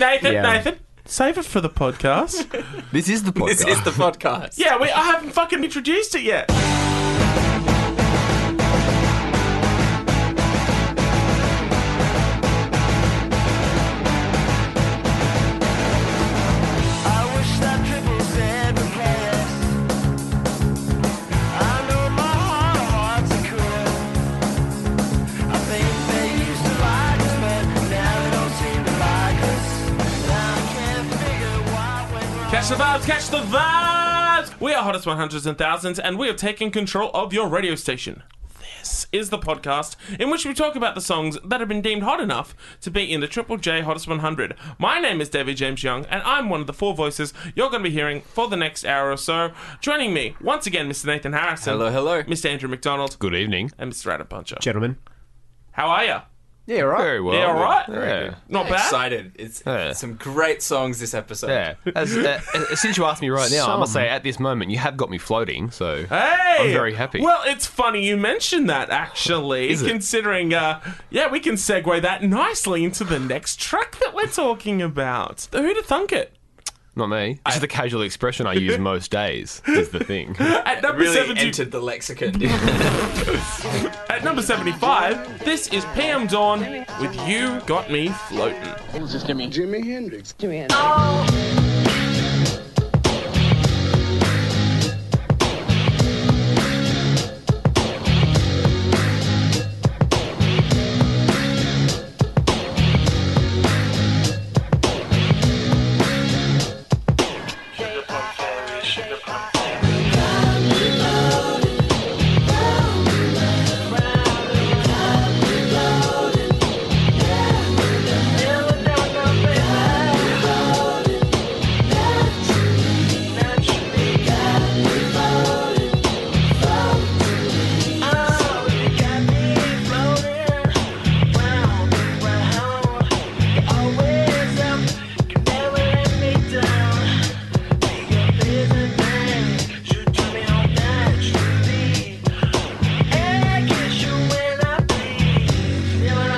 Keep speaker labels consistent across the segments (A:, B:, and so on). A: Nathan,
B: Yeah.
A: Nathan, save it for the podcast.
B: This is the podcast.
C: This is the podcast.
A: yeah, we, I haven't fucking introduced it yet.
D: I wish that triple Z would play us. I know my heart of hearts are cruel. I think they used to like us, but now they don't seem to like us. And I can't figure what went wrong.
A: Catch the vibes, catch the vibes. We are hottest 100s and thousands, and we have taken control of your radio station. This is the podcast in which we talk about the songs that have been deemed hot enough to be in the Triple J Hottest 100. My name is David James Young, and I'm one of the four voices you're going to be hearing for the next hour or so. Joining me once again, Mr. Nathan Harrison.
C: Hello, hello.
A: Mr. Andrew McDonald
E: Good evening.
A: and Mr. Radapuncher.
B: Gentlemen.
A: How are you?
B: Yeah, right.
E: Very well.
A: Yeah, all right.
E: Yeah.
A: Not bad.
C: Excited. It's
E: Yeah.
C: some great songs this episode.
E: Yeah. As, uh, as- since you asked me right now, I must
B: Some.
E: say at this moment you have got me floating. So
A: Hey,
E: I'm very happy.
A: Well, it's funny you mentioned that actually,
E: Is it?
A: considering. Uh, yeah, we can segue that nicely into the next track that we're talking about. Who'd have thunk it?
E: not me. It's just the casual expression I use most days. Is the thing.
A: At number
C: Really
A: 70
C: entered the lexicon. didn't it?
A: at number seventy-five, this is PM Dawn with "You Got Me Floating."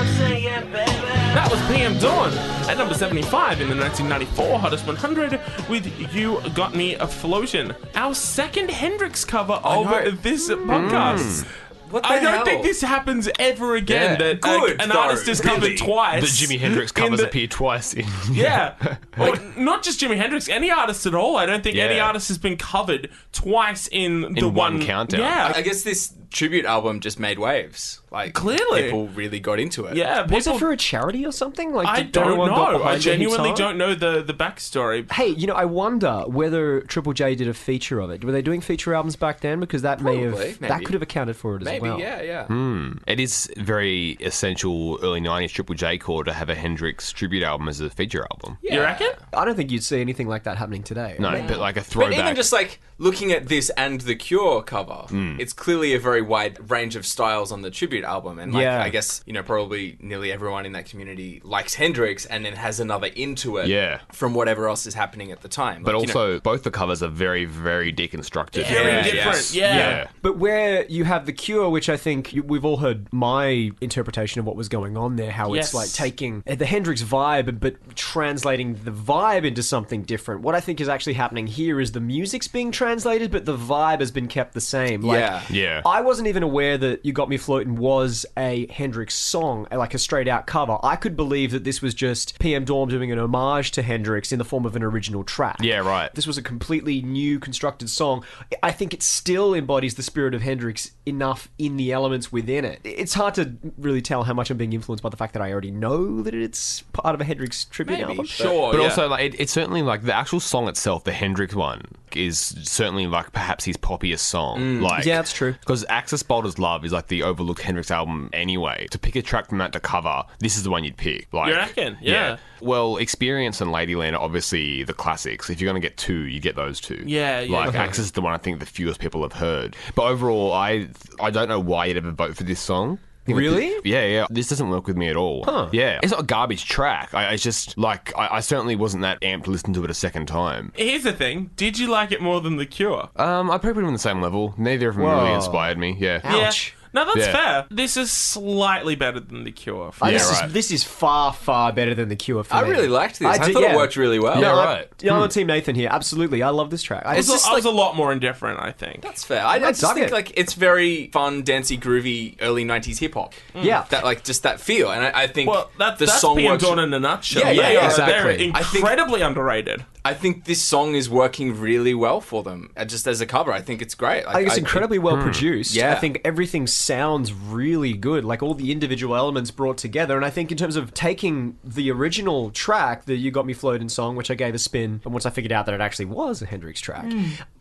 D: Baby.
A: That was PM Dawn at number 75 in the 1994 Hottest 100 with You Got Me a Floatin', our second Hendrix cover
C: know.
A: of this podcast.
E: Mm.
C: What the
A: I don't
C: hell?
A: think this happens ever again
E: Yeah.
A: that
C: Good,
A: a- an
C: though,
A: artist is covered
C: really.
E: the
A: twice.
E: Jimi Hendrix
A: in
E: covers
A: the-
E: appear twice in.
A: Yeah. or not just Jimi Hendrix, any artist at all. I don't think any
E: Yeah.
A: artist has been covered twice in, the
E: one
A: one
E: countdown.
A: Yeah.
C: I guess this tribute album just made waves. Like
A: Clearly.
C: people really got into it.
A: yeah,
B: Was it
A: people-
B: for a charity or something? Like,
A: I
B: did everyone
A: don't
B: got
A: know.
B: behind
A: I
B: it
A: genuinely
B: himself?
A: don't know the, the backstory.
B: Hey, you know, I wonder whether Triple J did a feature of it. Were they doing feature albums back then? Because that may have
C: Probably,
B: that
C: maybe.
B: could have accounted for it as
C: Maybe,
B: well.
C: yeah, yeah.
E: It is very essential early '90s Triple J core to have a Hendrix tribute album as a feature album.
A: You reckon?
B: I don't think you'd see anything like that happening today.
E: No, but like a
C: But
E: throwback.
C: even just like looking at this and the Cure cover, it's clearly a very wide range of styles on the tribute album, and like
B: Yeah.
C: I guess you know probably nearly everyone in that community likes Hendrix and then has another into it,
E: Yeah.
C: from whatever else is happening at the time.
E: but
C: Like, you know,
E: also, both the covers are very, very deconstructed.
A: Very
C: Yeah,
A: different.
C: yes.
A: yeah.
E: yeah.
B: But where you have the cure, which I think you- we've all heard my interpretation of what was going on there, how
A: Yes.
B: it's like taking uh, the Hendrix vibe but translating the vibe into something different. What I think is actually happening here is the music's being translated, but the vibe has been kept the same. Like,
C: Yeah.
E: Yeah.
B: I wasn't even aware that "You Got Me Floating" was a Hendrix song, uh, like a straight out cover. I could believe that this was just PM Dorm doing an homage to Hendrix in the form of an original track.
E: Yeah, right.
B: This was a completely new constructed song. I think it still embodies the spirit of Hendrix enough in the elements within it. It's hard to really tell how much I'm being influenced by the fact that I already know that it's part of a Hendrix tribute
C: maybe,
B: album.
C: but-
A: Sure.
E: But
A: yeah.
E: also, like, it, it's certainly like the actual song itself, the Hendrix one, is certainly like perhaps his poppiest song.
A: Mm.
E: Like,
B: Yeah, that's true.
E: Because Axis Boulder's Love is like the overlooked Hendrix album anyway. To pick a track from that to cover, this is the one you'd pick. Like,
A: You reckon? Yeah.
E: Well, Experience and Ladyland are obviously the classics. If you're going to get two, you get those two.
A: Yeah, yeah.
E: Like,
A: Okay.
E: Axis is the one I think the fewest people have heard. But overall, I I don't know why you'd ever vote for this song.
B: Really?
E: Yeah, yeah. This doesn't work with me at all. Yeah. It's not a garbage track. I, it's just like I, I certainly wasn't that amped to listen to it a second time.
A: Here's the thing. Did you like it more than The Cure?
E: Um, I probably put them on the same level. Neither of them
B: Whoa.
E: really inspired me. Yeah.
B: Ouch.
A: Yeah. Now that's
E: Yeah.
A: fair. This is slightly better than The Cure.
B: Uh,
A: For
B: this,
E: right.
B: is, this is far, far better than The Cure for
C: I
B: me.
C: really liked this. I,
B: did-
C: thought
B: yeah.
C: it worked really well.
E: Yeah,
B: I'm-
E: right. Hmm.
B: Yeah, I'm on Team Nathan here. Absolutely. I love this track. I
A: I was,
B: just,
A: I was a lot more indifferent, I think.
C: That's fair. I, I just
B: dug
C: think
B: it.
C: like it's very fun, dancey, groovy, early '90s hip hop.
B: Yeah.
C: that like just that feel, and I, I think
A: Well, that,
C: the
A: that's
C: song
A: being
C: works.
A: done in a nutshell.
C: Yeah, yeah,
A: They
C: yeah,
A: are-
E: exactly.
A: They're
C: I think-
A: incredibly underrated.
C: I think this song is working really well for them, uh, just as a cover. I think it's great. Like,
B: I think Hmm. it's
C: I-
B: incredibly well produced.
C: Yeah.
B: I think everything sounds really good, like all the individual elements brought together. And I think in terms of taking the original track, the You Got Me Floating song, which I gave a spin, and once I figured out that it actually was a Hendrix track,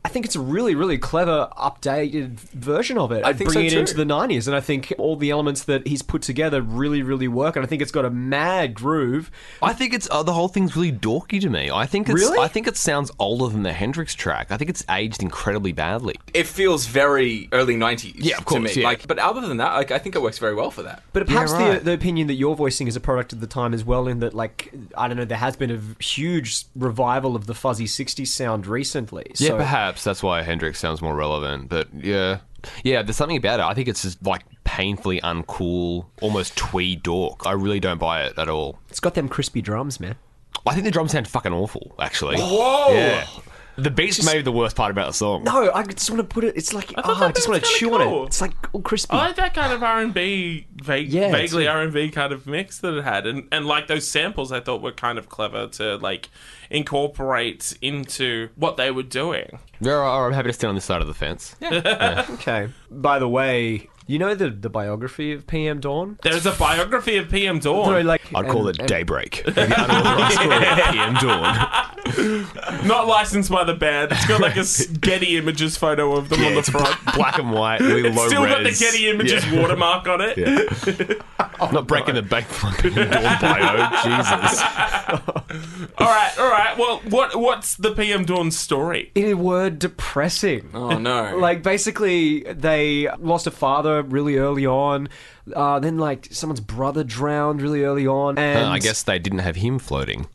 B: I think it's a really, really clever, updated version of it. I
C: think so
B: bringing it
C: too.
B: into the 90s. And I think all the elements that he's put together really, really work. And I think it's got a mad groove.
E: I think it's uh, the whole thing's really dorky to me. I think it's,
B: Really?
E: I think it sounds older than the Hendrix track. I think it's aged incredibly badly.
C: It feels very early '90s.
E: Yeah, of
C: to
E: course,
C: me.
E: yeah.
C: Like, but other than that, like I think it works very well for that.
B: But perhaps
E: right.
B: the, the opinion that you're voicing is a product of the time as well, in that, like, I don't know, there has been a v- huge revival of the fuzzy 60s sound recently.
E: Yeah,
B: so,
E: perhaps that's why Hendrix sounds more relevant. But yeah, yeah, there's something about it. I think it's just like painfully uncool, almost twee dork. I really don't buy it at all.
B: It's got them crispy drums, man.
E: I think the drums sound fucking awful, actually.
C: Whoa!
E: Yeah. The beat's maybe the worst part about the song.
B: No, I just want to put it, it's like,
A: thought
B: ah,
A: that
B: I just
A: bit
B: want to
A: was kinda
B: chew on
A: cool.
B: it. It's like all crispy.
A: I like that kind of R and B, vague,
B: Yeah,
A: vaguely
B: too.
A: R and B kind of mix that it had, and and like those samples, I thought were kind of clever to like incorporate into what they were doing.
E: Yeah, all right, all right, I'm happy to stand on this side of the fence.
B: okay. By the way, you know the, the biography of PM Dawn?
A: There's a biography of PM Dawn.
B: Sorry, like,
E: I'd call
B: and-
E: it
B: and-
E: Daybreak. The unauthorized score at PM Dawn.
A: Not licensed by the band. It's got like a s- Getty Images photo of them on
E: Yeah,
A: the
E: it's
A: front.
E: black and white, really low
A: Still got the
E: res.
A: Getty Images
E: Yeah.
A: watermark on it.
E: Not breaking the bank for my PM Dawn bio. Jesus.
A: All right, all right. Well, what what's the PM Dawn story?
B: In a word, depressing.
C: Oh no!
B: Like basically, they lost a father really early on. Uh, then like someone's brother drowned really early on, and
E: Uh, I guess they didn't have him floating.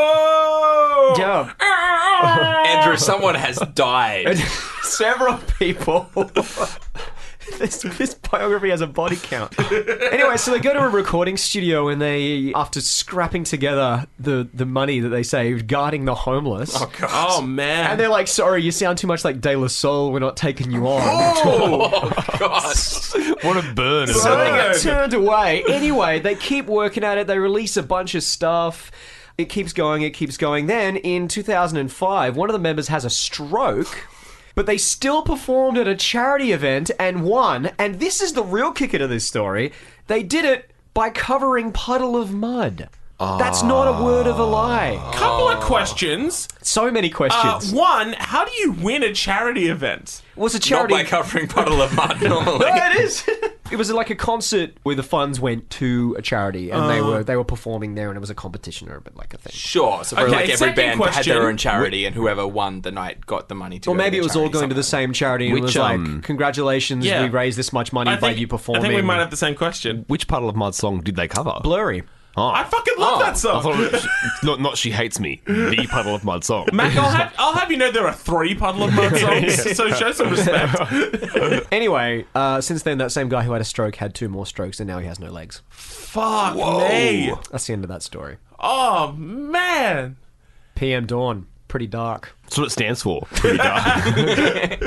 A: Oh,
B: yeah,
C: Andrew, someone has died.
B: several people. This, this biography has a body count. anyway, so they go to a recording studio and they, after scrapping together the, the money that they saved guarding the homeless,
A: Oh man.
B: and they're like, "Sorry, you sound too much like De La Soul. We're not taking you on."
E: What a burn.
B: So they
A: Burn.
B: get turned away. Anyway, they keep working at it. They release a bunch of stuff. It keeps going. It keeps going. Then in 2005, one of the members has a stroke. But they still performed at a charity event and won. And this is the real kicker to this story. They did it by covering Puddle of Mud. That's not a word of a
C: Ah.
B: lie.
A: couple of questions.
B: So many
A: Uh,
B: questions.
A: one, how do you win a charity event?
B: was a
C: Not
B: charity.
C: by covering puddle of mud normally.
B: Yeah, it is. It was like a concert where the funds went to a charity, and they were they were performing there, and it was a competition or a bit like a thing.
C: Sure. So for
A: Okay,
C: like every
A: second
C: band had
A: question.
C: their own charity, and whoever won the night got the money to.
B: Or
C: go to
B: maybe
C: the
B: it was all
C: charity
B: going to the
C: somewhere.
B: same charity, and
E: Which,
B: it was like,
E: um,
B: "Congratulations,
A: Yeah.
B: we raised this much money
A: I
B: by
A: think,
B: you
A: I
B: performing."
A: think we might have the same question.
E: Which Puddle of Mud song did they cover?
B: blurry.
E: Oh.
A: I fucking love
C: Oh,
A: that
E: I
A: song.
E: thought it was- not, not She Hates Me, the Puddle of Mud song.
A: Mac, I'll have, I'll have you know there are three Puddle of Mud songs, so show some respect.
B: Anyway, uh, since then, that same guy who had a stroke had two more strokes, and now he has no legs.
A: Fuck me.
B: That's the end of that story.
A: Oh, man.
B: PM Dawn, pretty dark.
E: That's what it stands for. Pretty dark.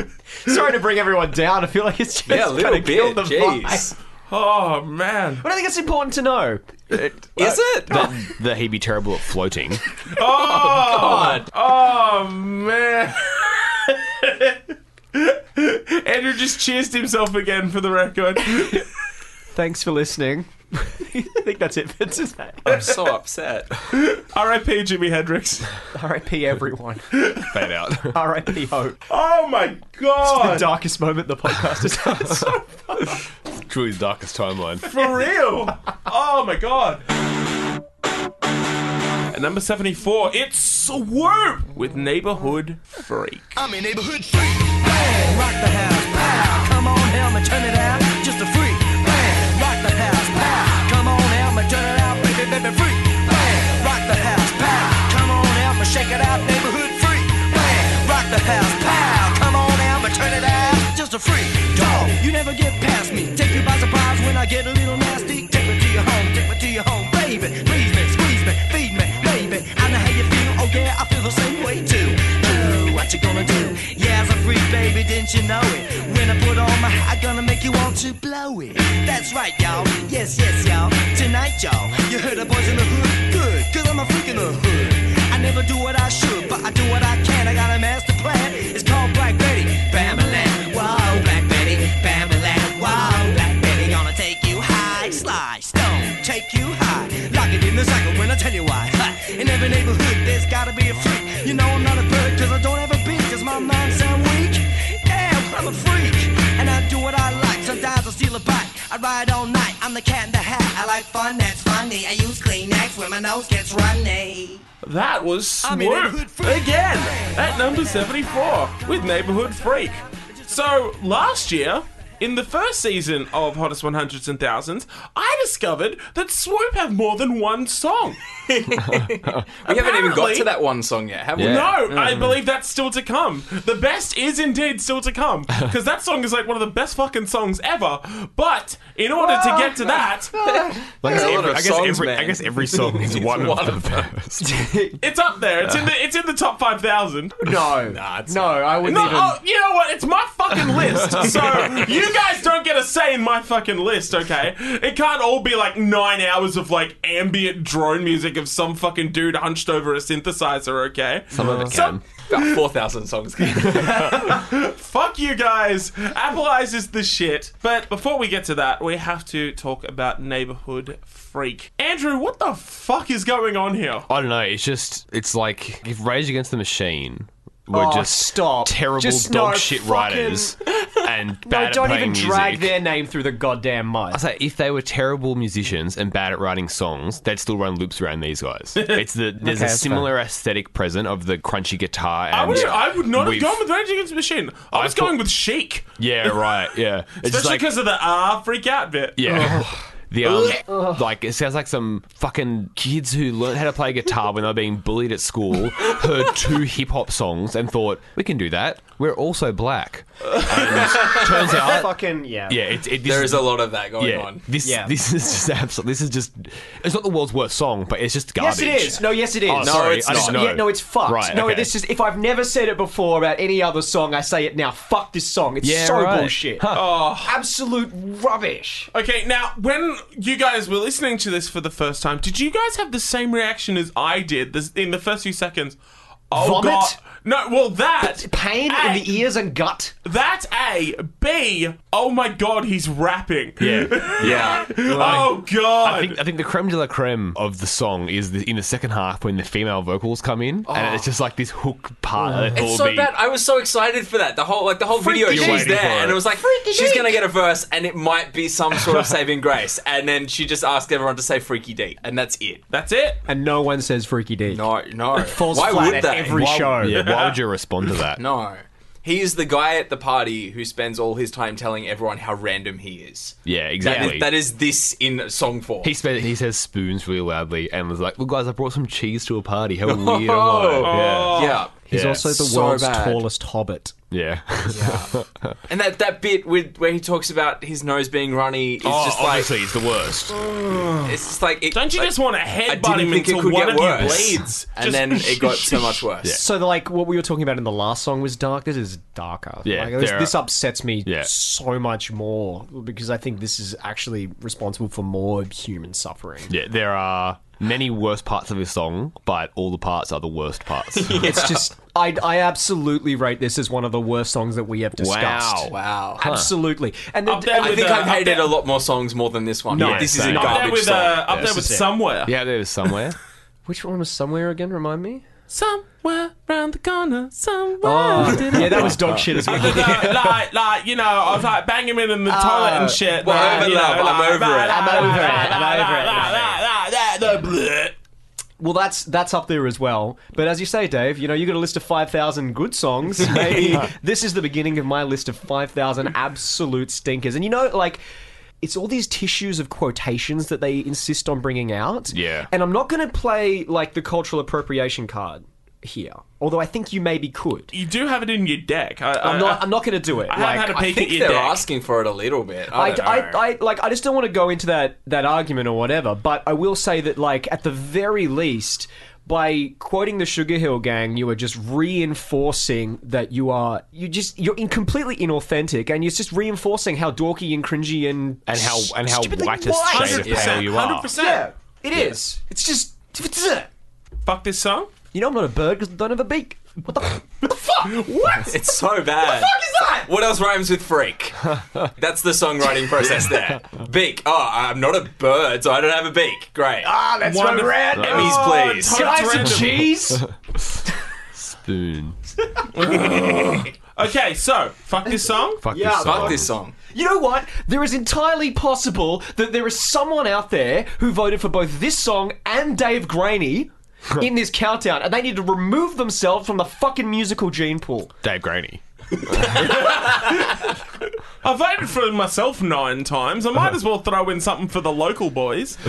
B: Sorry to bring everyone down. I feel like it's just
C: Yeah, a little
B: kinda killed
C: bit.
B: the
C: Jeez.
B: vibe.
A: Oh, man.
B: But I think it's important to know.
C: Is it?
E: that, that he'd be terrible at floating.
A: Oh, oh man. Andrew just cheersed himself again for the record.
B: Thanks for listening. I think that's it for today.
E: Oh,
C: I'm so upset.
A: R.I.P. Jimi Hendrix.
B: R.I.P. everyone.
E: Fade out.
B: R.I.P. Hope.
A: Oh my
B: The
A: god.
B: darkest moment the podcast has had.
E: Truly the darkest timeline.
A: For real. Oh my god. At number 74, it's Swoop with Neighborhood Freak.
D: I'm a neighborhood freak. Bang, rock the house. Pow. Come on, Helma, turn it out. Just a freak. Bang, rock the house. Pow. Come on, Helma, turn it out. Baby, baby, freak. Bang, rock the house. Pow. Come on, Helma, shake it out. Neighborhood freak. Bang, rock the house. Pow. Come on, Helma, turn it out. Just a freak. Dog, you never get past me. Oh, don't you know it? When I put on my hat, gonna make you want to blow it. That's right, y'all. Yes, yes, y'all. Tonight, y'all. You heard the boys in the hood? Good, cause I'm a freak in the hood. I never do what I should, but I do what I can. I got a master plan. It's called Black Betty. Bamalan. Wow, Black Betty. Bamalan. Wow, Black Betty. Gonna take you high. Sly, stone, take you high. Lock it in the cycle when I tell you why. Ha! In every neighborhood, there's gotta be a freak. You know I'm not a bird, cause I don't have a beak, cause my mind sound weak. Damn, I'm a freak. And I do what I like. Sometimes I steal a bike. I ride all night. I'm the cat in the hat. I like fun that's funny. I use Kleenex when my nose gets runny.
A: That was
D: I'm a neighborhood
A: Swoop
D: freak.
A: again at number 74 with Neighborhood Freak. So, last year, in the first season of Hottest 100s and Thousands, I discovered that Swoop have more than one song.
C: We haven't even got
A: Apparently-
C: to that one song yet, have we?
E: Yeah.
A: No, I believe that's still to come. The best is indeed still to come because that song is like one of the best fucking songs ever. But in order to get to that,
E: Like,
C: There's a
E: every-
C: lot of
E: I, guess
C: songs,
E: every,
C: man.
E: I guess every song is one,
C: one
E: of
C: of
E: the
C: them.
E: first.
A: it's up there. It's in the it's in the top five thousand.
B: No,
C: it's
B: no, I wouldn't
A: No,
B: even.
A: oh, you know what? It's my fucking list. So you guys don't get a say in my fucking list, okay? It can't all be like nine hours of like ambient drone music of some fucking dude hunched over a synthesizer, okay?
E: Some of it
A: Some-
E: can.
C: About 4,000 songs.
A: Fuck you guys. Apple Eyes is the shit. But before we get to that, we have to talk about Neighborhood Freak. Andrew, what the fuck is going on here?
E: I don't know. It's just it's like if Rage Against the Machine were
B: Oh,
E: just
B: stop.
E: terrible
B: Just
E: dog
B: no
E: shit
B: fucking-
E: writers and bad
B: No,
E: at
B: don't
E: playing
B: even drag
E: music.
B: their name through the goddamn mud.
E: I say if they were terrible musicians and bad at writing songs, they'd still run loops around these guys. It's the there's
B: Okay,
E: a
B: that's
E: similar aesthetic present of the crunchy guitar. And
A: I would, I would not have
E: we've-
A: gone with Rage Against the Machine. I was
E: thought-
A: going with Chic.
E: Yeah, right. Yeah, it's just
A: Especially
E: like
A: because of the ah freak out bit.
E: yeah. The um, like it sounds like some fucking kids who learned how to play guitar when they were being bullied at school heard two hip hop songs and thought we can do that. We're also black. And turns out,
B: Fucking yeah.
E: yeah, it, it, this
C: there is a lot of that going
E: yeah,
C: on.
E: This
B: Yeah.
E: this is just absolutely. This is just. It's not the world's worst song, but it's just
B: Yes,
E: garbage.
B: it is. No, yes, it is.
E: Oh, sorry,
C: it's
E: I didn't
C: not.
E: know.
B: Yeah, no, it's fucked.
E: Right,
B: no,
E: okay.
B: this is if I've never said it before about any other song, I say it now. Fuck this song. It's
E: Yeah,
B: so
E: right.
B: bullshit. Oh. Absolute rubbish.
A: Okay, now when you guys were listening to this for the first time, did you guys have the same reaction as I did this, in the first few seconds? Oh
B: Vomit?
A: god. No, well that
B: Pain
A: A,
B: in the ears and gut.
A: That A, B. Oh my god, he's rapping.
E: Yeah, yeah.
A: oh god.
E: I think, I think the creme de la creme of the song is the, in the second half when the female vocals come in, and it's just like this hook part. that
C: Oh. It's
E: will
C: so
E: be-
C: bad. I was so excited for that. The whole like the whole video
E: You're
C: she's
E: waiting
C: there,
E: for
C: and
E: it.
C: it was like she's gonna get a verse, and it might be some sort of saving grace. And then she just asked everyone to say "freaky D," and that's it.
A: That's it.
B: And no one says freaky D.
C: No, no.
B: falls
C: Why
B: flat
C: would
B: at
C: they?
B: every
E: Why-
B: show.
E: Yeah, why would you respond to that?
C: No. He is the guy at the party who spends all his time telling everyone how random he is.
E: Yeah,
C: That
E: exactly.
C: is, that is this in song form.
E: He spe- he says spoons really loudly and was like, "Well, guys, I brought some cheese to a party. How weird am I?"
C: yeah.
B: He's
E: Yeah.
B: also the
C: So
B: world's
C: bad.
B: tallest hobbit.
E: Yeah, yeah.
C: And that, that bit with where he talks about his nose being runny is
E: oh,
C: just like
E: obviously, it's the worst.
C: it's just like it,
A: Don't you
C: like,
A: just want to
C: I
A: headbutt
C: didn't
A: him
C: think it
A: until
C: could
A: one
C: get
A: of you
C: worse.
A: blades?
C: And then it got so much worse.
B: So, the, like, what we were talking about in the last song was dark. This is darker.
E: Yeah,
B: Like, this,
E: there are-
B: this upsets me
E: Yeah.
B: so much more because I think this is actually responsible for more human suffering.
E: Yeah, there are many worse parts of his song, but all the parts are the worst parts.
B: It's just, I, I absolutely rate this as one of the worst songs that we have discussed.
E: Wow.
C: Wow.
B: Absolutely. And then,
A: Up there
C: I
A: with
C: think
A: the-
C: I've
A: up
C: hated
A: there-
C: a lot more songs more than this one.
B: No,
C: this is a
E: same. Up
A: Up there
C: garbage
A: with,
C: song.
A: uh, up there
B: this
A: with
B: is it.
A: somewhere.
E: yeah, there was somewhere.
B: which one was somewhere again? Remind me.
A: Somewhere around the corner. Somewhere.
E: Oh,
B: yeah, that was dog shit as well.
A: No, no, like, like, you know, I was like banging him in the toilet and shit.
C: well,
A: like,
C: I'm in
A: you know,
C: love. I'm
A: like,
C: over it. I'm
A: like,
B: over it.
A: like,
B: I'm
A: like,
B: over it.
A: like, like, like, like, like,
B: Well, that's that's up there as well. But as you say, Dave, you know you got a list of five thousand good songs. Maybe this is the beginning of my list of five thousand absolute stinkers. And you know, like. It's all these tissues of quotations that they insist on bringing out.
E: Yeah.
B: And I'm not going to play like the cultural appropriation card here, although I think you maybe could.
A: You do have it in your deck. I, I,
B: I'm not. I'm not going to do it.
A: I have
B: Like,
A: had a
C: I
A: peek
C: think
A: at your
C: they're
A: deck.
C: asking for it a little bit. I,
B: I,
C: don't know.
B: I, I, like I just don't want to go into that that argument or whatever, but I will say that like at the very least by quoting the Sugar Hill Gang, you are just reinforcing that you are you just you're in completely inauthentic, and you're just reinforcing how dorky and cringy and
E: And how and how
B: stupidly
E: white a shade of pale you are.
A: 100%.
B: Yeah, it is. It's just
A: Fuck this song.
B: you know I'm not a bird because I don't have a beak. What the, what the fuck? What?
C: It's so bad. What
B: fuck is that?
C: What else rhymes with freak? That's the songwriting process there. Beak. Oh, I'm not a bird, so I don't have a beak. Great.
B: Ah, that's my
A: Wonderful.
B: rat.
C: Emmys, please.
A: Can I have some
B: cheese?
E: Spoon.
A: Okay, so fuck this song.
E: Fuck
B: Yeah,
E: this song.
C: Fuck this song.
B: You know what? There is entirely possible that there is someone out there who voted for both this song and Dave Graney in this countdown, and they need to remove themselves from the fucking musical gene pool.
E: Dave Graney.
A: I voted for myself nine times. I might as well throw in something for the local boys.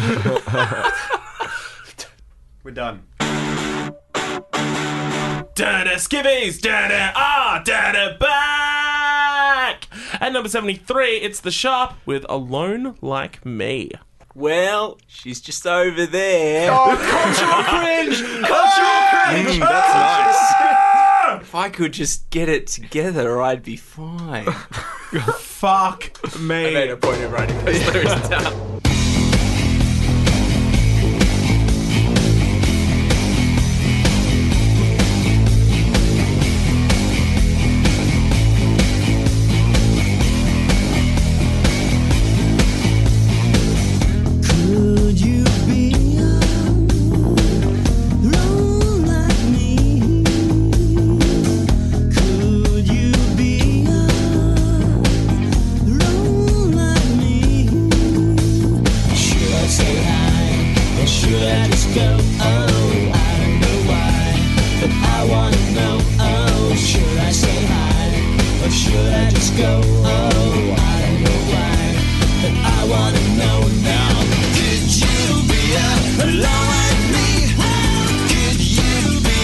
B: We're done.
A: Da-da skivvies, da-da ah, da-da back. At number 73, it's The Sharp with Alone Like Me.
C: Well, she's just over there. Mm,
B: Cultural Oh, cringe! Cultural cringe!
C: That's nice. If I could just get it together, I'd be fine.
A: Fuck
C: Made
A: me.
C: a point of writing those lyrics down.
F: Could you be alone like me? Could you be alone like me? Should I say hi or should I just go? Oh, I don't know why, but I wanna know. Oh, should I say hi or should I just go? Oh, I don't know why. But I wanna know now. Could you be alone like me? Could you be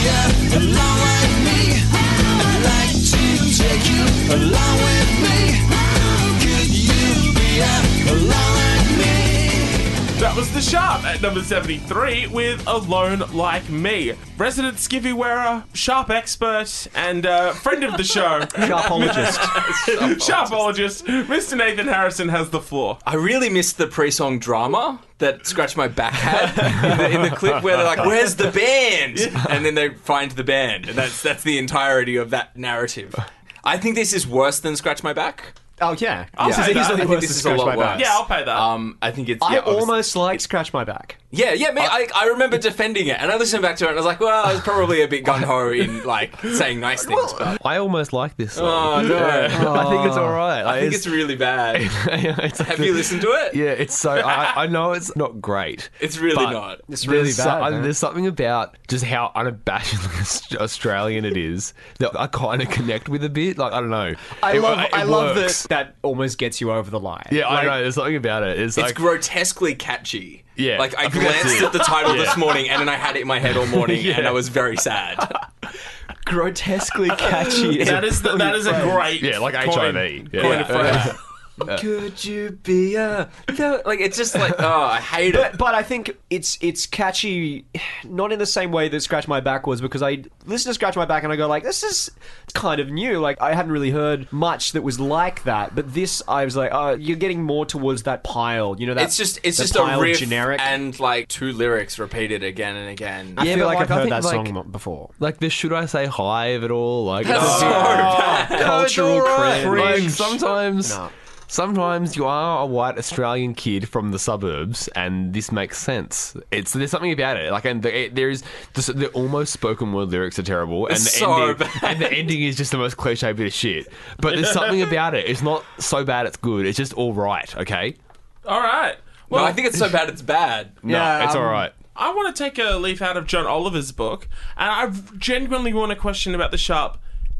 F: alone like me? I'd like to take you along with me. Could you be alone like me?
A: That was The Sharp at number 73 with Alone Like Me. Resident skivvy wearer, Sharp expert, and uh, friend of the show,
B: Sharpologist.
A: Sharpologist, Mr. Nathan Harrison has the floor.
C: I really missed the pre-song drama that Scratch My Back had in the, in the clip where they're like, "Where's the band?" and then they find the band, and that's that's the entirety of that narrative. I think this is worse than Scratch My Back.
B: oh, yeah. This
A: say
B: is
A: that.
B: easily
A: I
C: think
B: worse
C: this
B: than
C: is a
B: Scratch
C: lot
B: My Back.
C: worse.
A: Yeah, I'll pay that.
C: Um, I think it's
B: I
C: yeah, obviously-
B: almost like Scratch My Back.
C: yeah, yeah. Me, I, I remember defending it, and I listened back to it, and I was like, "Well, I was probably a bit gun ho in like saying nice things." But,
E: I almost like this
C: oh
E: song.
C: no,
E: I think it's alright.
C: I think it's really bad. Have you listened to it?
E: Yeah, it's so. I, I know it's not great.
C: It's really
E: But-
C: not.
B: It's really
E: there's so-
B: bad.
E: uh,
B: man.
E: there's something about just how unabashedly Aus- Australian it is that I kind of connect with a bit. Like I don't know.
B: I
E: It-
B: love,
E: it
B: I love that.
E: works.
B: That almost gets you over the line.
E: Yeah,
B: Like,
E: I know. There's something about it. It's,
C: It's
E: like
C: grotesquely catchy.
E: Yeah,
C: Like I,
E: I think that's
C: glanced
E: it.
C: at the title
E: Yeah.
C: this morning and then I had it in my head all morning
E: Yeah.
C: and I was very sad.
B: grotesquely catchy.
A: That is the, that is a great
E: yeah, like
A: coin.
E: HIV. Yeah.
A: Coin of phrase.
C: uh, Could you be a no, like it's just like oh I hate
B: But,
C: it.
B: but I think it's it's catchy, not in the same way that Scratch My Back was because I listen to Scratch My Back and I go like, this is kind of new. Like I hadn't really heard much that was like that. But this, I was like, oh, you're getting more towards that pile. You know, that
C: It's just it's
B: that
C: just
B: pile
C: a
B: of
C: riff
B: generic.
C: and like two lyrics repeated again and again.
B: I
E: Yeah,
B: feel
E: but,
B: like,
E: like,
B: I've
E: I
B: heard
E: think,
B: that
E: like-
B: song before.
E: like this. Should I say hive at all? Like
C: That's so bad.
B: Cultural cringe.
E: Like,
A: Cringe.
E: sometimes.
B: No.
E: Sometimes you are a white Australian kid from the suburbs, and this makes sense. It's there's something about it, like, and the, it, there is the, the almost spoken word lyrics are terrible, and the
C: It's so
E: ending,
C: bad.
E: and the ending is just the most cliche bit of shit. But there's something about it. It's not so bad. It's good. It's just all right. Okay,
A: All right.
C: No,
A: Well,
C: I think it's so bad it's bad.
E: no,
B: Yeah,
E: it's all
B: um,
E: right.
A: I want to take a leaf out of John Oliver's book, and I genuinely want to question about the sharp.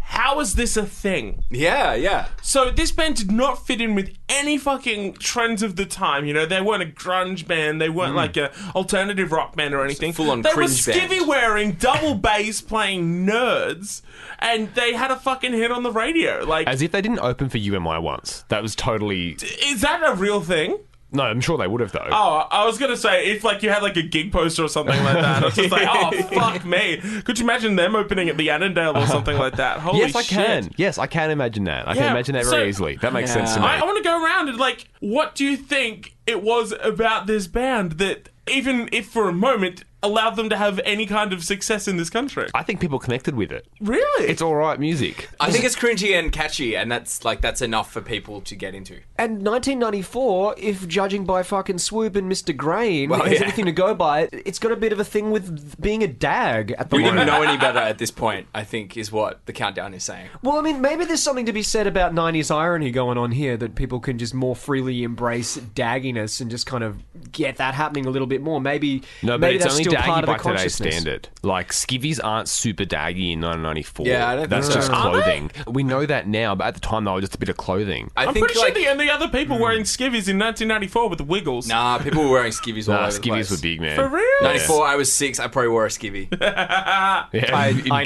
A: How is this a thing?
C: Yeah, yeah.
A: So this band did not fit in with any fucking trends of the time. You know, they weren't a grunge band. They weren't like a alternative rock band or anything.
C: full-on
A: They were
C: cringe band.
A: skivvy wearing, double bass playing nerds, and they had a fucking hit on the radio. Like,
E: As if they didn't open for UMI once. That was totally
A: is that a real thing?
E: No, I'm sure they would have though.
A: Oh, I was gonna say if like you had like a gig poster or something like that. I was just like, oh fuck me. Could you imagine them opening at the Annandale or something like that? Holy
E: yes, I
A: shit.
E: can. Yes, I can imagine that. I
A: Yeah,
E: can imagine that
A: so-
E: very easily. That makes sense to me.
A: I, I want to go around and like, what do you think it was about this band that even if for a moment allowed them to have any kind of success in this country?
E: I think people connected with it.
A: really?
E: It's all right music.
C: I think it's cringy and catchy, and that's like that's enough for people to get into.
B: And 1994, if judging by fucking Swoop and Mr. Grain
C: Well,
B: is
C: yeah.
B: anything to go by, it's got a bit of a thing with being a dag at the
C: We
B: moment.
C: didn't know any better at this point. I think is what the countdown is saying.
B: Well, I mean, maybe there's something to be said about 90s irony going on here that people can just more freely embrace dagginess and just kind of get that happening a little bit more. Maybe
E: No, but
B: maybe
E: it's
B: that's
E: only
B: still part
E: daggy
B: of the
E: by today's
B: consciousness.
E: standard. Like skivvies aren't super daggy in 1994.
C: Yeah, I don't think
E: that's
C: so.
E: just
C: Are
E: clothing. We know that now, but at the time they were just a bit of clothing.
C: I
A: I'm
C: think
A: pretty
C: like Hmm.
A: sure the only other people wearing skivvies in 1994 with wiggles.
C: nah, people were wearing skivvies all
E: Nah,
C: over the place.
E: skivvies were big, man.
A: For real?
E: Yeah.
C: 94, I was six. I probably wore a skivvy.
E: Yeah,
B: I,
E: in
B: I know for a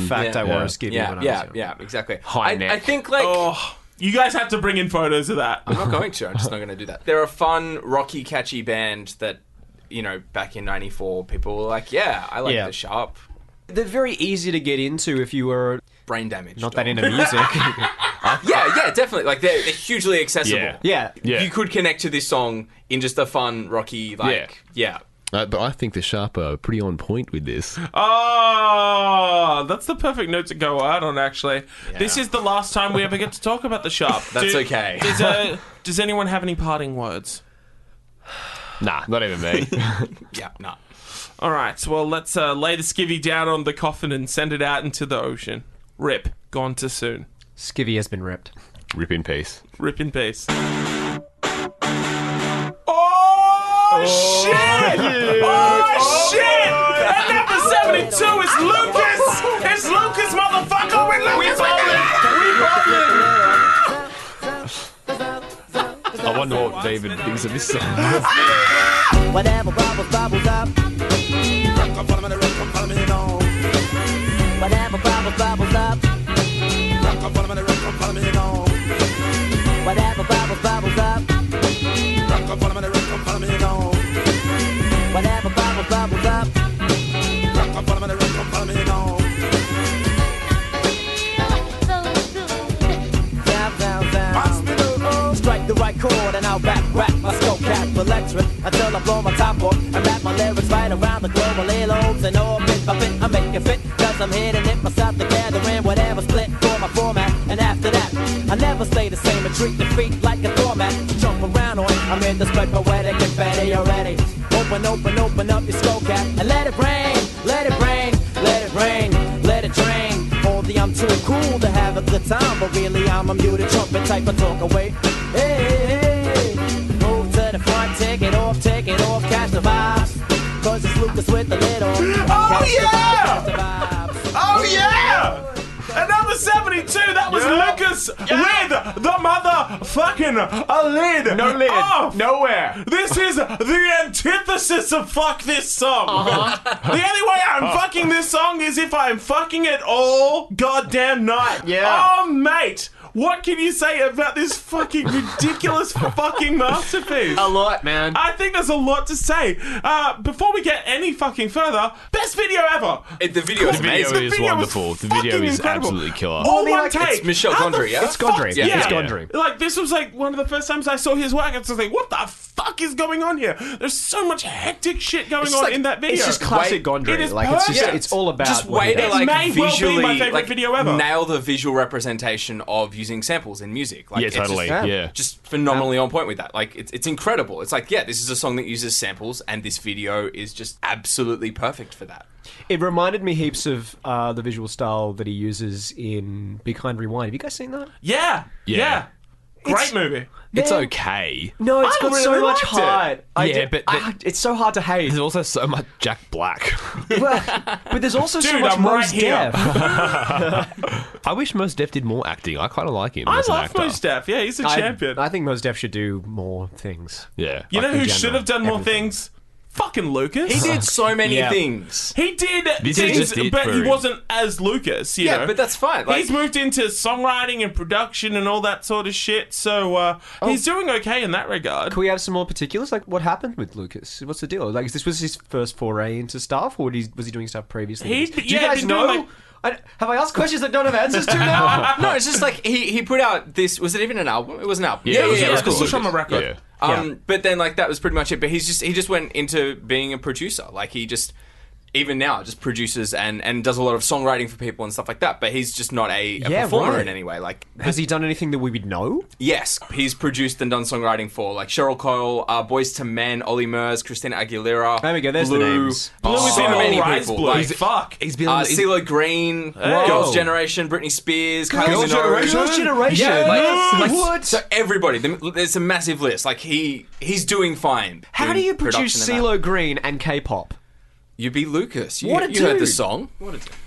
E: kindergarten.
B: fact
C: Yeah.
B: I wore a skivvy
C: yeah,
B: when I
C: yeah,
B: was young.
C: yeah, exactly.
E: High
C: I,
E: neck.
C: I think like
A: Oh, you guys have to bring in photos of that.
C: I'm not going to. I'm just not going to do that. They're a fun, rocky, catchy band that you know. Back in '94, people were like, "Yeah, I like
B: Yeah.
C: the sharp
B: They're very easy to get into if you were
C: brain damage."
B: not that into music.
C: Yeah, yeah, definitely. Like they're, they're hugely accessible.
E: Yeah.
B: yeah.
E: Yeah.
C: You could connect to this song in just a fun, rocky, like, yeah.
E: Uh, but I think the Sharp are pretty on point with this.
A: Oh, that's the perfect note to go out on, actually. This is the last time we ever get to talk about the sharp.
C: That's
A: Do-
C: okay.
A: Does, uh, does anyone have any parting words?
E: Nah, not even me.
C: Yeah, nah.
A: All right, well, let's uh, lay the skivvy down on the coffin and send it out into the ocean. Rip. Gone too soon.
B: Skivvy has been ripped.
E: Rip in peace.
A: Rip in peace. Oh, shit! Oh, shit! And number 72 is Lucas! It's Lucas, motherfucker! We're Lucas!
E: I wonder what David thinks of this song.
F: Whatever bubbles, bubbles up. Whatever bubbles, bubbles up. Whatever bubbles, bubbles up. Whatever bubbles, bubbles up. Down, down, down. Strike the right chord and I'll back rap my skull cap electric until I blow my top off and wrap my lyrics right around the globe. I lay lobes and all bit by bit I make it fit cause I'm hitting it myself to gather in whatever split for my format and after that I never stay the same and treat defeat like a doormat to jump around on. I'm in the spread poetic and fatty already. Open, open, open up your skull cap and let it rain, let it rain, let it rain, let it drain. All the I'm too cool to have a good time, but really I'm a muted trumpet type of talk away. Hey, hey, hey. Move to the front, take it off, take it off, catch the vibes. Cause it's Lucas with the lid on. Oh
A: yeah!
F: The vibes, catch the vibes.
A: Oh yeah! And number 72, that was Lucas with the motherfucking a lid. No lid.
B: Nowhere.
A: This is the antithesis of fuck this song.
B: Uh-huh.
A: the only way I'm fucking this song is if I'm fucking it all goddamn night.
B: Yeah.
A: Oh, mate. What can you say about this fucking ridiculous fucking masterpiece?
B: A lot, man.
A: I think there's a lot to say. Uh, before we get any fucking further, best video ever.
C: It, the video is
E: The video
C: amazing.
E: is
A: video was
E: wonderful. The video
A: fucking
E: is
A: incredible.
E: absolutely killer.
A: All
B: mean,
A: one
B: like,
A: take.
C: it's Michelle
A: How
C: Gondry,
A: the
C: yeah?
B: It's Gondry.
A: Yeah. Yeah.
B: It's Gondry.
A: Like this was like one of the first times I saw his work. I was like, what the fuck is going on here? There's so much hectic shit going
C: It's
A: on
C: like-
A: in that video.
B: It's just
C: Wait,
B: classic Gondry.
A: it is
B: like it's just
A: perfect.
B: it's all about
C: Just
B: what he
C: way to
B: does.
C: like
A: may well be my
C: visually
A: favourite
C: like,
A: video ever.
C: nail the visual representation of using samples in music. Like,
E: yeah,
C: it's just-
E: totally.
B: yeah.
E: yeah.
C: just phenomenally on point with that. Like it's it's incredible. It's like yeah, this is a song that uses samples, and this video is just absolutely perfect for that.
B: It reminded me heaps of uh, the visual style that he uses in Be Kind Rewind. Have you guys seen that?
A: yeah, yeah, great movie.
E: It's
B: Man.
E: okay.
B: No, it's
A: I
B: got
A: really
B: so much
A: liked it.
B: heart. I
E: Yeah,
B: did-
E: but
B: I- it's so hard to hate.
E: There's also so much Jack Black.
B: but, but there's also so
A: Dude,
B: much
A: I'm
B: Mos
A: right here.
B: Def.
E: I wish Most Def did more acting. I kind of like him
A: I
E: as an
A: love
E: actor.
A: Mos Def. Yeah, he's a
B: I,
A: champion.
B: I think Mos Def should do more things.
E: Yeah.
A: you know
E: Like,
A: who
B: in
A: should have
B: general,
A: done more
B: everything.
A: things? fucking Lucas.
C: He did so many
B: Yeah.
C: things.
A: He did
E: This is
A: things,
E: just it
A: but
E: for
A: he
E: him.
A: wasn't as Lucas. You
C: Yeah,
A: know?
C: but that's fine. Like,
A: he's moved into songwriting and production and all that sort of shit. So uh, he's doing okay in that regard.
B: Can we have some more particulars? Like, what happened with Lucas? What's the deal? Like, is this was his first foray into stuff, or did he, was he doing stuff previously?
A: He's-
B: Do you
A: yeah,
B: guys
A: been doing,
B: know?
A: like-
B: I, have I asked questions I don't have answers to now?
C: no, it's just like he, he put out this. Was it even an album? It was an album.
E: Yeah,
A: it was,
E: yeah,
A: it
E: yeah,
A: was
E: of course.
A: Lucas on the record.
E: Yeah.
C: Um, But then like that was pretty much it. But he's just he just went into being a producer. Like he just even now just produces and and does a lot of songwriting for people and stuff like that. But he's just not a, a
B: Yeah,
C: performer
B: right.
C: in any way. Like
B: Has he done anything that we would know?
C: yes, he's produced and done songwriting for like Cheryl Cole, uh, Boys to Men, Ollie Murs, Christina Aguilera.
B: There we go, there's the
C: Blue,
B: names.
A: Blue is
C: so
A: in all
C: many
A: Rise
C: people.
A: Blue.
C: Like,
A: Fuck.
E: He's been
C: uh,
E: on the,
C: CeeLo Green, Girls' Generation, Britney Spears, Kylie
E: Girls'
C: Minogue.
E: Generation?
B: Girls' generation.
E: Yeah,
B: Like,
C: like,
B: what?
C: So everybody, the- there's a massive list. Like he, he's doing fine.
B: How do
C: doing
B: you
C: production
B: produce
C: and that.
B: CeeLo Green and K-pop?
C: You be Lucas. You,
B: What a
C: you heard the
B: dude.
C: song.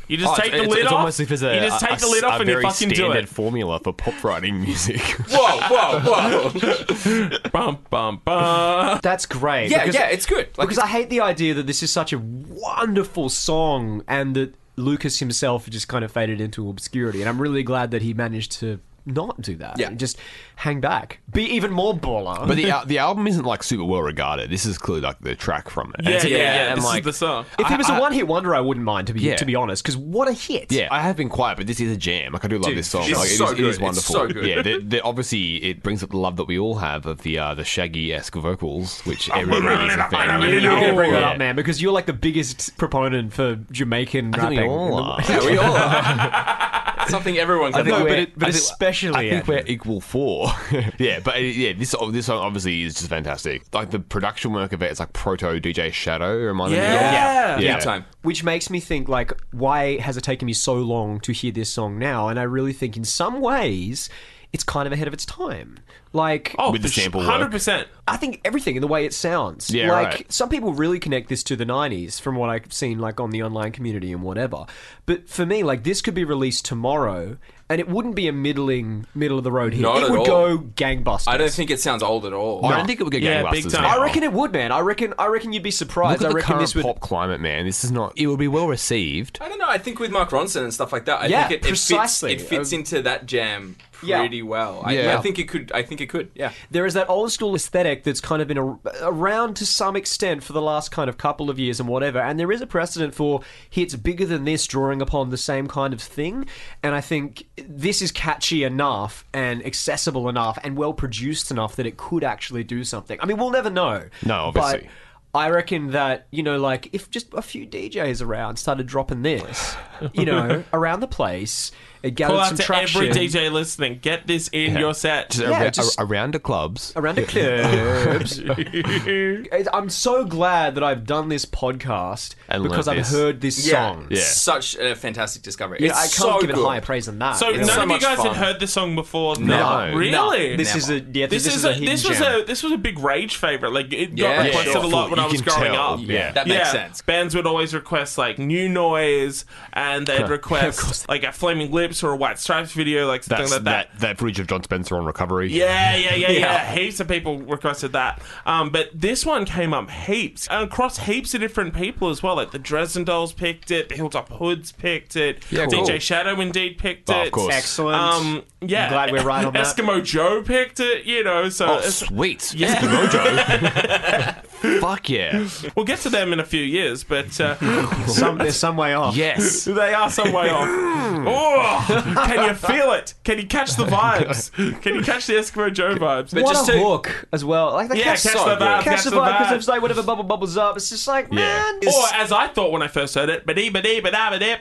A: You just
E: Oh,
A: take the
E: it's-
A: lid
E: it's
A: off.
E: almost if it's a,
A: you just
E: a-
A: take the
E: a-
A: lid off
E: a
A: and you
E: very
A: fucking do
E: standard
A: it.
E: formula for pop writing music.
C: Whoa, whoa, whoa!
A: Bum bum bum.
B: That's great.
C: yeah,
B: because-
C: yeah, it's good. Like
B: because I hate the idea that this is such a wonderful song and that Lucas himself just kind of faded into obscurity. And I'm really glad that he managed to not do that.
C: Yeah.
B: And just hang back. Be even more baller.
E: But the al- the album isn't like super well regarded. This is clearly like the track from it. And
A: Yeah,
E: it's-
A: yeah, yeah.
E: And
A: This
E: like,
A: is the song.
B: if it was a one hit wonder, I wouldn't mind, to be,
E: Yeah.
B: to be honest, because what a hit.
E: yeah, I have been quiet, but this is a jam. Like I do love
C: Dude,
E: this song.
C: it's
E: like, it
C: so
E: is-
C: good.
E: It
C: It's
E: is wonderful.
C: so good.
E: Yeah, the, the, obviously it brings up the love that we all have of the uh, the Shaggy esque vocals, which everybody is a fan. of.
B: You're gonna bring that
E: Yeah.
B: up, man, because you're like the biggest proponent for Jamaican
E: I
B: rapping.
E: think we all are.
C: yeah, we all are. something everyone's.
E: I think
B: No, but
E: we're-
B: it- but
E: I think-
B: especially
E: I think
B: at-
E: we're equal four. yeah, but uh, yeah, this this song obviously is just fantastic. Like the production work of it, it's like proto DJ Shadow. Reminded me. of-
A: Yeah.
C: yeah,
E: Yeah.
C: big time.
B: Which makes me think, like, why has it taken me so long to hear this song now? And I really think, in some ways, it's kind of ahead of its time. Like,
A: Oh,
E: With the sample work.
A: Hundred percent.
B: I think everything in the way it sounds.
E: Yeah,
B: like
E: right.
B: some people really connect this to the '90s, from what I've seen, like on the online community and whatever. But for me, like this could be released tomorrow, and it wouldn't be a middling, middle of the road hit.
C: Not
B: it
C: at
B: would
C: all.
B: go gangbusters.
C: I don't think it sounds old at all.
E: I don't think it would get
A: Yeah,
E: gangbusters
A: big time.
E: now.
B: I reckon it would, man. I reckon. I reckon you'd be surprised.
E: Look at
B: I
E: the
B: reckon
E: current
B: this would.
E: pop climate, man. This is not. It would be well received.
C: I don't know. I think with Mark Ronson and stuff like that, I
B: Yeah,
C: think it, it fits.
B: precisely.
C: It fits
B: Um,
C: into that jam
B: Yeah.
C: pretty well. I,
E: Yeah.
C: I think it could. I think it could. Yeah.
B: there is that old school aesthetic that's kind of been a, around to some extent for the last kind of couple of years and whatever. And there is a precedent for hits bigger than this drawing upon the same kind of thing. And I think this is catchy enough and accessible enough and well produced enough that it could actually do something. I mean, we'll never know.
E: No, obviously.
B: But I reckon that, you know, like if just a few DJs around started dropping this, you know, around the place, it gathered
A: Call out
B: some
A: to
B: traction.
A: every DJ listening. Get this in
E: Yeah.
A: your set.
E: Just,
B: Yeah,
E: ar-
B: just-
E: ar- around the clubs.
B: Around the clubs. It- I'm so glad that I've done this podcast
E: And
B: because
E: learned
B: I've
E: this.
B: heard this song.
E: Yeah.
C: Such a fantastic discovery.
B: You know,
C: it's
B: I can't
C: so
B: give it
C: good.
B: higher praise than that.
A: So
B: you know?
A: none
C: so
A: of you
C: much
A: guys
C: fun.
A: had heard the song before.
E: No.
A: really.
C: No.
B: this is a yeah,
A: This, is, a,
B: hidden
A: this was
B: gem.
A: a this was a big rage favorite. Like it got
C: Yeah, yeah,
A: requested
C: sure.
A: a lot when
E: You
A: I was
E: can
A: growing
E: tell.
A: up.
E: Yeah.
C: That makes sense.
A: Bands would always request like new noise, and they'd request like a flaming lips or a white stripes video, like something
E: That's
A: like that.
E: that that footage of John Spencer on recovery.
A: Yeah, yeah, yeah, yeah, Heaps of people requested that. Um, but this one came up heaps and across heaps of different people as well. Like the Dresden Dolls picked it, the Hilltop Hoods picked it,
E: Yeah,
A: DJ
E: cool.
A: Shadow indeed picked
E: Oh,
A: it.
E: of course.
B: excellent.
A: Um, yeah,
B: I'm glad we're right on that.
A: Eskimo Joe picked it, you know. So
E: Oh,
A: it's-
E: sweet.
A: Yeah.
E: It's the mojo. Fuck yeah.
A: we'll get to them in a few years, but uh,
B: some, there's some way off.
E: Yes.
A: they are some way off. Oh, can you feel it? Can you catch the vibes? Can you catch the Eskimo Joe vibes?
B: What
C: just
B: a
C: to-
B: hook as well. Like the
A: Yeah,
B: catch,
A: catch
B: so
A: the
B: good.
A: vibe,
B: catch
A: catch
B: the
A: the
B: vibe because
A: vibe.
B: it's like whatever bubble bubbles up. It's just like man,
A: Or as I thought when I first heard it,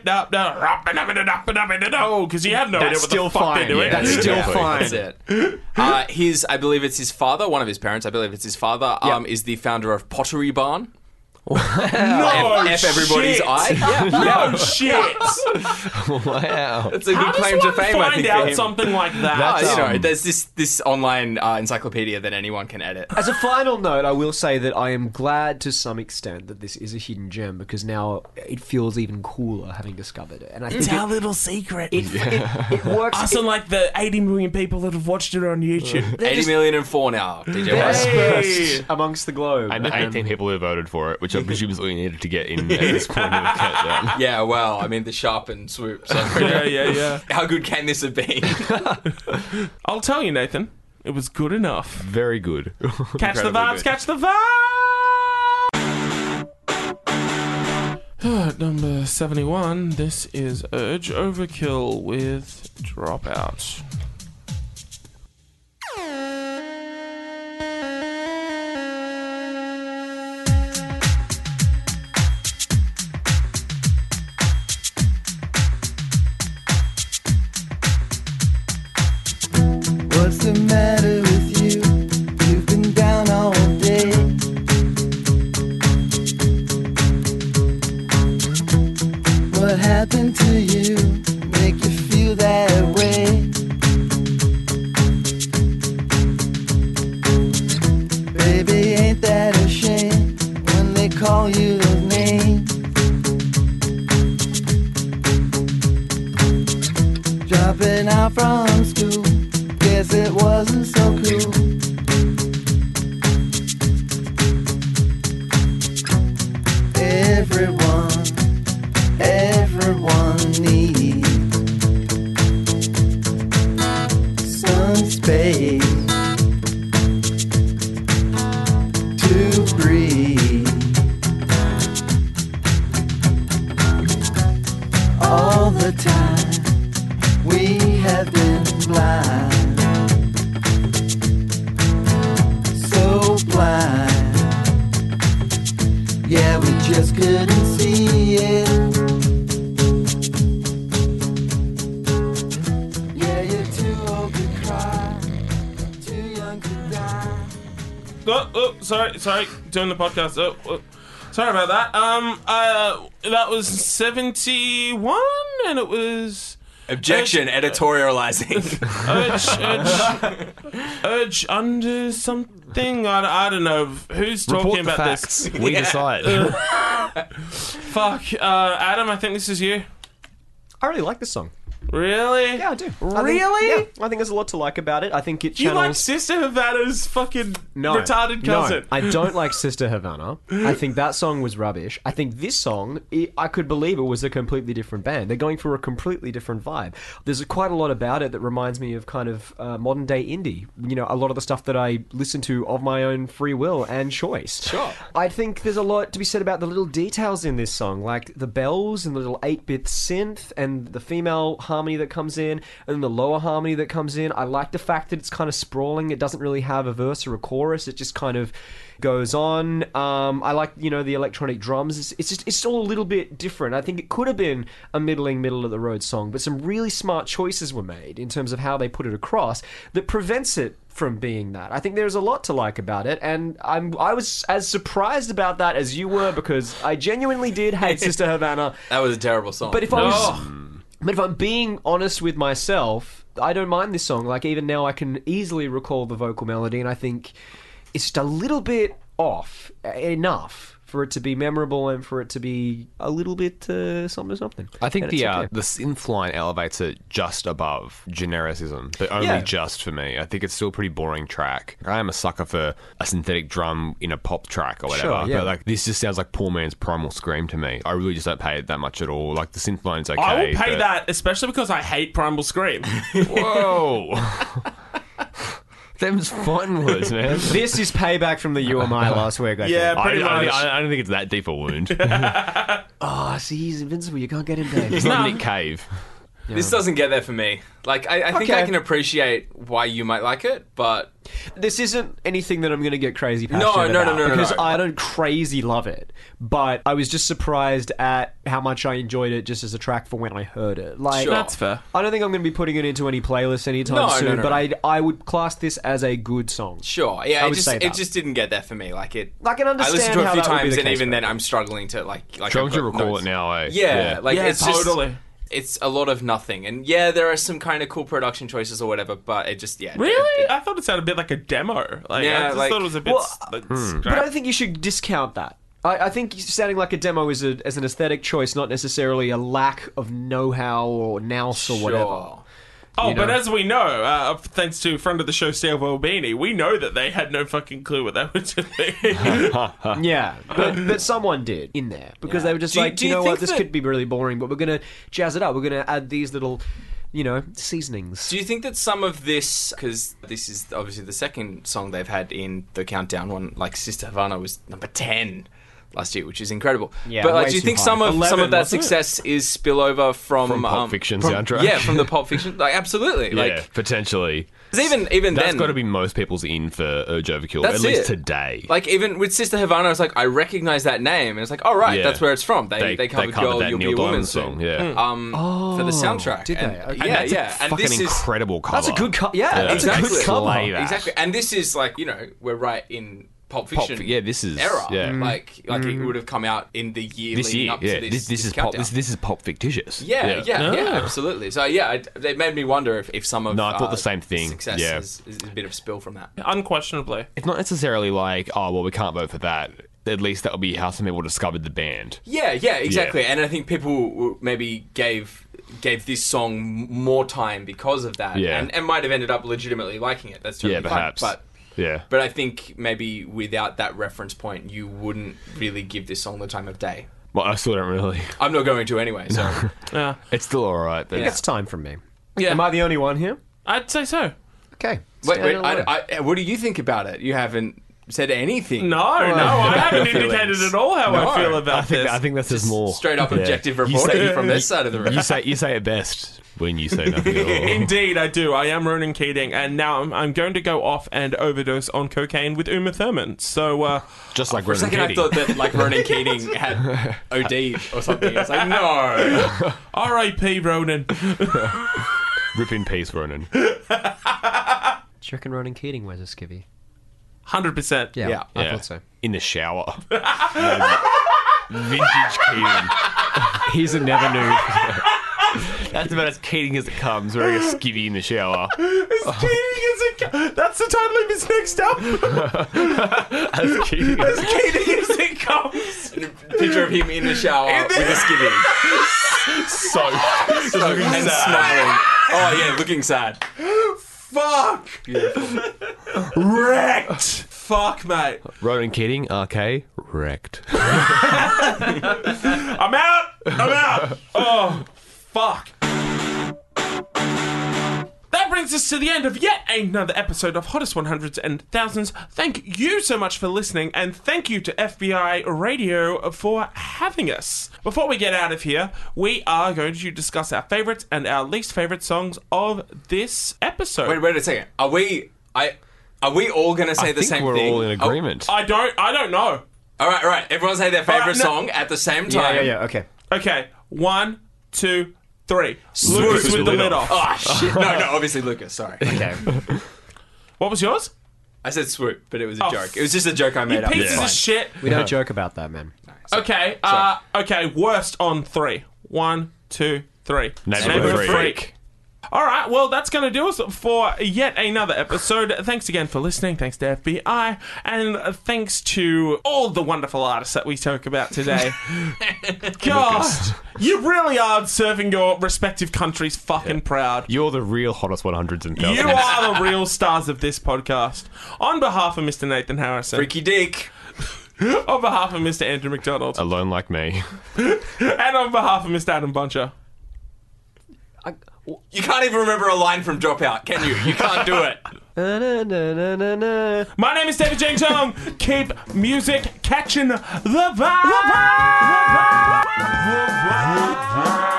A: because Oh, you have no idea
B: that's
A: what
B: still
A: the fuck they're
B: fine.
A: doing.
B: That's still
E: Exactly.
B: fine.
C: That's it. Uh, his, I believe it's his father, one of his parents, I believe it's his father, um, is the founder of Pottery Barn.
A: No
C: F everybody's
A: shit.
C: eye. Yeah,
A: No shit.
E: Wow.
C: it's a good
A: How does
C: claim to
A: one
C: fame. I
A: find
C: think for
A: out
C: him.
A: something like that?
C: Ah, you know,
E: um,
C: there's this this online uh, encyclopedia that anyone can edit.
B: As a final note, I will say that I am glad to some extent that this is a hidden gem because now it feels even cooler having discovered it. And I think it,
A: little secret.
B: it, it, it works.
A: Us and like the 80 million people that have watched it on YouTube.
C: 80 million and four now. DJ
B: it-
C: Wise.
A: Hey.
B: amongst the globe.
E: And the 18 people who voted for it, which I presume is all you needed to get in at this point of the countdown.
C: Yeah, well, I mean the sharp and swoop. So
A: yeah, yeah, yeah.
C: how good can this have been?
A: I'll tell you, Nathan. It was good enough.
E: Very good.
A: Catch the
E: Incredibly
A: vibes,
E: good.
A: catch the vibes! At number 71, this is Urge Overkill with Dropout.
F: What's the matter with you? You've been down all day. What happened to you? Make you feel that way? Baby, ain't that a shame when they call you those names? Dropping out from school. Guess it wasn't so cool. Everyone, everyone needs some space to breathe. All the time. We have been blind, so blind. Yeah, we just couldn't see it. Yeah, you're too old to cry, too young to die.
A: Oh, oh, sorry, sorry, doing the podcast. Oh, oh. Sorry about that. Um, uh, that was 71, and it was
C: Objection, editorializing.
A: Urge, Urge, Urge Under something. I, I don't know who's talking
E: Report the
A: about
E: facts.
A: this.
E: We
C: Yeah.
E: decide.
A: Fuck, uh, Adam, I think this is you.
B: I really like this song.
A: Really?
B: Yeah, I do. I
A: Really?
B: think, yeah, I think there's a lot to like about it. I think it
A: You
B: channels.
A: like Sister Havana's fucking
B: no,
A: retarded
B: no,
A: cousin.
B: I don't like Sister Havana. I think that song was rubbish. I think this song, i I could believe it was a completely different band. They're going for a completely different vibe. There's quite a lot about it that reminds me of kind of uh, modern day indie. You know, a lot of the stuff that I listen to of my own free will and choice. Sure. I think there's a lot to be said about the little details in this song, like the bells and the little 8 bit synth and the female harmony that comes in and the lower harmony that comes in. I like the fact that it's kind of sprawling. It doesn't really have a verse or a chorus. It just kind of goes on. Um, I like, you know, the electronic drums. It's, it's just, it's all a little bit different. I think it could have been a middling, middle of the road song, but some really smart choices were made in terms of how they put it across that prevents it from being that. I think there's a lot to like about it, and I'm I was as surprised about that as you were because I genuinely did hate Sister Havana.
C: that was a terrible song.
B: But if I was, but if I'm being honest with myself, I don't mind this song. Like even now, I can easily recall the vocal melody, and I think it's just a little bit off uh, enough for it to be memorable and for it to be a little bit uh, something something.
E: I think
B: And it's
E: the uh,
B: okay.
E: the synth line elevates it just above genericism, but only
B: Yeah.
E: just for me. I think it's still a pretty boring track. I am a sucker for a synthetic drum in a pop track or whatever,
B: Sure, yeah.
E: but like this just sounds like poor man's primal scream to me. I really just don't pay it that much at all. Like the synth line's okay.
A: I will pay
E: but-
A: that, especially because I hate Primal Scream.
E: Whoa. Them's fine words, man.
B: this is payback from the UMI last week. I
A: Yeah,
B: think.
E: I,
A: pretty
E: I-
A: much.
E: I- I don't think it's that deep a wound.
B: Ah, Oh, see, he's invincible. You can't get him, Dave.
E: It's not Nick Cave.
C: This doesn't get there for me. Like, I, I think
B: Okay.
C: I can appreciate why you might like it, but
B: This isn't anything that I'm going to get crazy passionate
C: no, no,
B: about
C: no, no,
B: because
C: no.
B: I don't crazy love it. But I was just surprised at how much I enjoyed it just as a track for when I heard it. Like
C: Sure.
A: That's fair.
B: I don't think I'm going to be putting it into any playlist anytime
C: No, no,
B: soon.
C: no, no.
B: But I I would class this as a good song.
C: sure, yeah,
B: I
C: it
B: would
C: just
B: say
C: it
B: that.
C: just didn't get there for me. Like it,
B: I can
C: I listened
B: understand
C: to it a
B: how
C: few
B: that would be
C: times,
B: the
C: and
B: case,
C: even
B: but-
C: then, I'm struggling to like like.
E: Trying
C: I've
E: to
C: got
E: recall
C: notes.
E: it now, eh?
C: Yeah, like
A: Yeah,
C: it's
A: totally.
C: just it's a lot of nothing, and yeah, there are some kind of cool production choices or whatever, but it just yeah, it-
A: Really?
C: it-
A: I thought it sounded a bit like a demo. Like, I
C: Yeah,
A: just
C: like-
A: thought it was a bit.
B: Well,
A: s- like,
B: But I
A: scrapped.
B: don't think you should discount that. I, I think sounding like a demo is a, as an aesthetic choice, not necessarily a lack of know-how or nous or whatever.
C: Sure.
A: oh,
B: you
A: but
B: know.
A: as we know, uh, thanks to friend of the show, Steve Albini, we know that they had no fucking clue what they were doing.
B: Yeah, but, but someone did in there because they were just
C: Do you-
B: like,
C: do
B: you,
C: you
B: know
C: think
B: what, this
C: that-
B: could be really boring, but we're gonna jazz it up. We're gonna add these little, you know, seasonings.
C: Do you think that some of this, because this is obviously the second song they've had in the countdown one, like Sister Havana was number ten last year, which is incredible.
B: Yeah,
C: but like,
B: way
C: do you
B: too
C: think
B: high.
C: some of some
A: 11,
C: of that
A: wasn't it?
C: success is spillover from,
E: From Pulp
C: um,
E: Fiction
C: from-
E: soundtrack.
C: Yeah, from the Pulp Fiction. Like absolutely.
E: yeah,
C: Like
E: potentially.
C: 'cause even even
E: That's
C: then,
E: got to be most people's in for Urge Overkill,
C: That's
E: at least
C: it.
E: today.
C: Like even with Sister Havana, it's like I recognize that name, and it's like, all right,
E: Yeah.
C: that's where it's from. They
E: they,
C: they, covered, Girl,
E: that
C: You'll
E: Neil
C: Be a Woman
E: Diamond song.
C: Soon,
E: Yeah.
C: Um, for the soundtrack.
B: Oh, did
C: and,
B: they? Okay.
C: Yeah,
B: And
E: that's a
C: yeah. and
E: fucking
C: this is
E: incredible cover.
B: That's a good cut. Yeah,
E: Yeah.
B: that's a
C: Exactly.
B: good cover.
E: Slay that.
C: Exactly. And this is like, you know, we're right in Pulp
E: Pop-
C: Fiction.
E: yeah, this is-
C: era.
E: yeah. Mm.
C: Like like it would have come out in the year
E: this
C: leading
E: year.
C: up
E: Yeah,
C: to this.
E: this, this is pop.
C: countdown.
E: This, this is pop fictitious.
C: yeah, yeah, yeah,
A: Ah.
C: absolutely. So yeah, it, it made me wonder if, if some of
E: No, I thought
C: uh,
E: the same thing.
C: Success
E: Yeah.
C: is, is a bit of spill from that.
A: Unquestionably.
E: It's not necessarily like, oh well, we can't vote for that. At least that would be how some people discovered the band.
C: Yeah, yeah, exactly. And I think people w- maybe gave gave this song m- more time because of that,
E: Yeah.
C: and, and might have ended up legitimately liking it. That's totally
E: yeah,
C: fine.
E: perhaps.
C: But
E: yeah.
C: but I think maybe without that reference point, you wouldn't really give this song the time of day.
E: well, I still don't really.
C: I'm not going to anyway. So
A: Yeah.
E: It's still all right. But
B: It's time from me.
A: Yeah.
B: Am I the only one here?
A: I'd say so.
B: Okay.
C: wait,
B: Stand
C: wait.
B: in the
C: I,
B: letter.
C: I- what do you think about it? You haven't said anything.
A: No, no, I haven't
C: your
A: indicated at
C: feelings.
A: all how I
C: No.
A: feel about
E: I think
A: this.
E: I think this is more
C: Straight up
E: Yeah.
C: objective
E: You say-
C: reporting from this side of the room.
E: You say you say it best when you say nothing at all.
A: Indeed, I do. I am Ronan Keating, and now I'm, I'm going to go off and overdose on cocaine with Uma Thurman. So, uh,
E: Just like
C: For a
E: Ronan
C: second, I
E: Keating.
C: thought that like Ronan Keating had OD or something. It's like no.
A: R.I.P. Ronan.
E: Rip in peace, Ronan.
B: Do you reckon Ronan Keating wears a skivvy?
A: Hundred percent.
C: Yeah.
B: I
E: Yeah.
B: thought so.
E: In the shower. Um, Vintage Keating.
B: He's a never knew.
E: That's about as Keating as it comes. Wearing a skivvy in the shower.
A: Keating is a, that's the title of his next album.
E: As Keating as it
A: Keating is it comes.
C: Picture of him in the shower with a skivvy
E: so
C: and smiling. Oh yeah, looking sad.
A: Fuck.
C: Beautiful.
A: Wrecked. Fuck, mate.
E: Ronan Keating, okay, wrecked.
A: I'm out. I'm out. Oh, fuck. That brings us to the end of yet another episode of Hottest 100s and Thousands. Thank you so much for listening, and thank you to FBI Radio for having us. Before we get out of here, we are going to discuss our favorites and our least favorite songs of this episode.
C: Wait, wait a second. Are we? I. Are we all gonna say
E: I
C: the
E: think
C: same
E: we're
C: thing?
E: all in
C: Oh,
E: agreement.
A: I don't. I don't know.
C: all right, all right. Everyone say their favorite
A: All right, no.
C: song at the same
B: yeah,
C: time.
B: yeah, yeah. Okay.
A: Okay, one, two, three.
E: Lucas
A: with the lid off.
C: Oh shit! No, no. Obviously, Lucas. Sorry.
B: Okay.
A: What was yours?
C: I said swoop, but it was a
A: Oh,
C: joke. It was just a joke I made up.
A: Pieces
C: It's fine.
A: of shit.
B: We don't joke about that, man.
A: Okay. Uh, okay. Worst on three. One, two, three.
E: Neighborhood
A: Neighborhood
E: Freak.
A: All right. Well, that's going to do us for yet another episode. Thanks again for listening. Thanks to FBI, and uh, thanks to all the wonderful artists that we talk about today. God, you really are serving your respective countries. Fucking proud.
E: You're the real hottest 100s and thousands.
A: You are the real stars of this podcast. On behalf of Mr. Nathan Harrison,
C: Freaky Deek.
A: on behalf of Mr. Andrew McDonald,
E: Alone like me.
A: and on behalf of Mr. Adam Buncher.
C: You can't even remember a line from Dropout, can you? You can't do it.
B: Na-na-na-na-na-na.
A: My name is David James Tong. Keep music catching the vibe. The vibe. The vibe.